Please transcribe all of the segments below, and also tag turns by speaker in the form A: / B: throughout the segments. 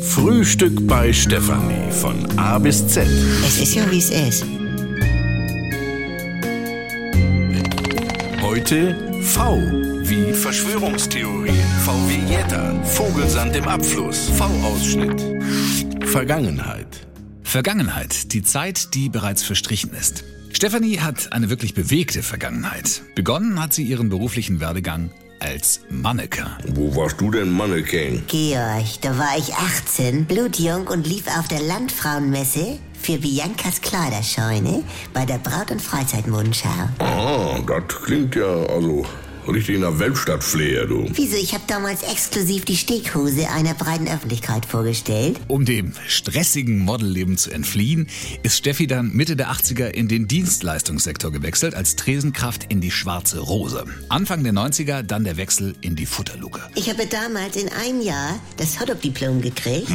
A: Frühstück bei Stefanie von A bis Z.
B: Es ist ja, wie es ist.
A: Heute V wie Verschwörungstheorie, V wie Jetta, Vogelsand im Abfluss, V-Ausschnitt, Vergangenheit.
C: Vergangenheit, die Zeit, die bereits verstrichen ist. Stephanie hat eine wirklich bewegte Vergangenheit. Begonnen hat sie ihren beruflichen Werdegang als Manneker.
A: Wo warst du denn, Mannequin?
B: Georg, da war ich 18, blutjung und lief auf der Landfrauenmesse für Biancas Kleiderscheune bei der Braut- und Freizeitmundschau.
A: Ah, das klingt ja also richtig nach Weltstadtflair, du.
B: Wieso, ich habe damals exklusiv die Steghose einer breiten Öffentlichkeit vorgestellt.
C: Um dem stressigen Modelleben zu entfliehen, ist Steffi dann Mitte der 80er in den Dienstleistungssektor gewechselt, als Tresenkraft in die Schwarze Rose. Anfang der 90er dann der Wechsel in die Futterluke.
B: Ich habe damals in einem Jahr das Hotdog-Diplom gekriegt.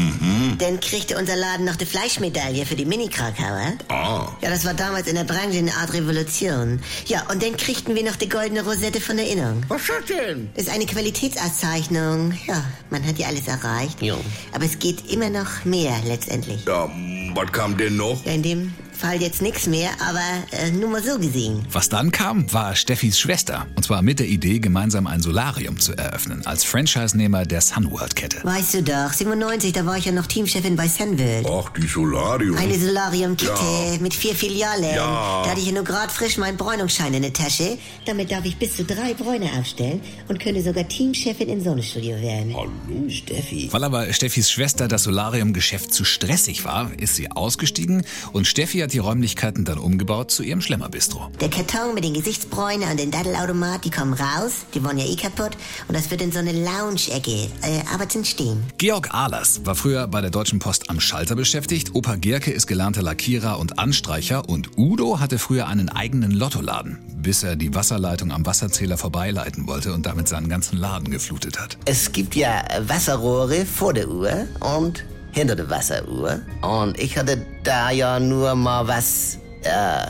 B: Dann kriegte unser Laden noch die Fleischmedaille für die Mini-Krakauer.
A: Ah,
B: Ja, das war damals in der Branche eine Art Revolution. Ja, und dann kriegten wir noch die goldene Rosette von Erinnerung.
A: was hat denn?
B: Ist eine Qualitätsauszeichnung. Ja, man hat ja alles erreicht.
A: Ja.
B: Aber es geht immer noch mehr letztendlich.
A: Ja, m, was kam denn noch?
B: Ja, in dem Fall jetzt nichts mehr, aber äh, nur mal so gesehen.
C: Was dann kam, war Steffis Schwester. Und zwar mit der Idee, gemeinsam ein Solarium zu eröffnen, als Franchise-Nehmer der Sunworld-Kette.
B: Weißt du doch, 97, da war ich ja noch Teamchefin bei Sunworld.
A: Ach, die Solarium.
B: Eine Solarium-Kette
A: Ja.
B: mit vier Filialen.
A: Ja.
B: Da hatte ich ja nur gerade frisch meinen Bräunungsschein in der Tasche. Damit darf ich bis zu drei Bräune aufstellen und könnte sogar Teamchefin im Sonnenstudio werden.
A: Hallo, Steffi.
C: Weil aber Steffis Schwester das Solarium-Geschäft zu stressig war, ist sie ausgestiegen und Steffi hat die Räumlichkeiten dann umgebaut zu ihrem Schlemmerbistro.
B: Der Karton mit den Gesichtsbräunen und den Daddelautomat, die kommen raus, die wollen ja eh kaputt. Und das wird in so eine Lounge-Ecke, äh, aber zum Stehen.
C: Georg Ahlers war früher bei der Deutschen Post am Schalter beschäftigt, Opa Gerke ist gelernter Lackierer und Anstreicher und Udo hatte früher einen eigenen Lottoladen, bis er die Wasserleitung am Wasserzähler vorbeileiten wollte und damit seinen ganzen Laden geflutet hat.
D: Es gibt ja Wasserrohre vor der Uhr und hinter der Wasseruhr. Und ich hatte da ja nur mal was äh,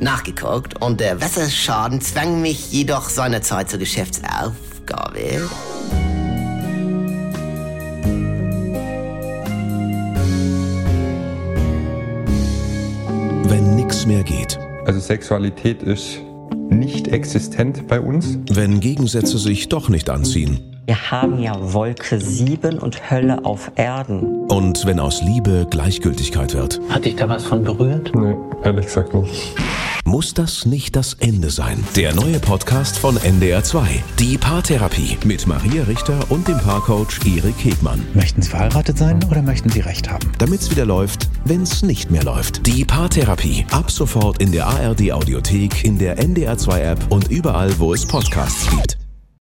D: nachgeguckt. Und der Wasserschaden zwang mich jedoch seinerzeit zur Geschäftsaufgabe.
E: Wenn nichts mehr geht.
F: Also Sexualität ist nicht existent bei uns.
E: Wenn Gegensätze sich doch nicht anziehen.
G: Wir haben ja Wolke 7 und Hölle auf Erden.
E: Und wenn aus Liebe Gleichgültigkeit wird.
H: Hat dich da was von berührt?
F: Nee, ehrlich gesagt nicht.
E: Muss das nicht das Ende sein? Der neue Podcast von NDR2. Die Paartherapie. Mit Maria Richter und dem Paarcoach Erik Hegmann.
I: Möchten Sie verheiratet sein oder möchten Sie Recht haben?
E: Damit es wieder läuft, wenn es nicht mehr läuft. Die Paartherapie. Ab sofort in der ARD-Audiothek, in der NDR2-App und überall, wo es Podcasts gibt.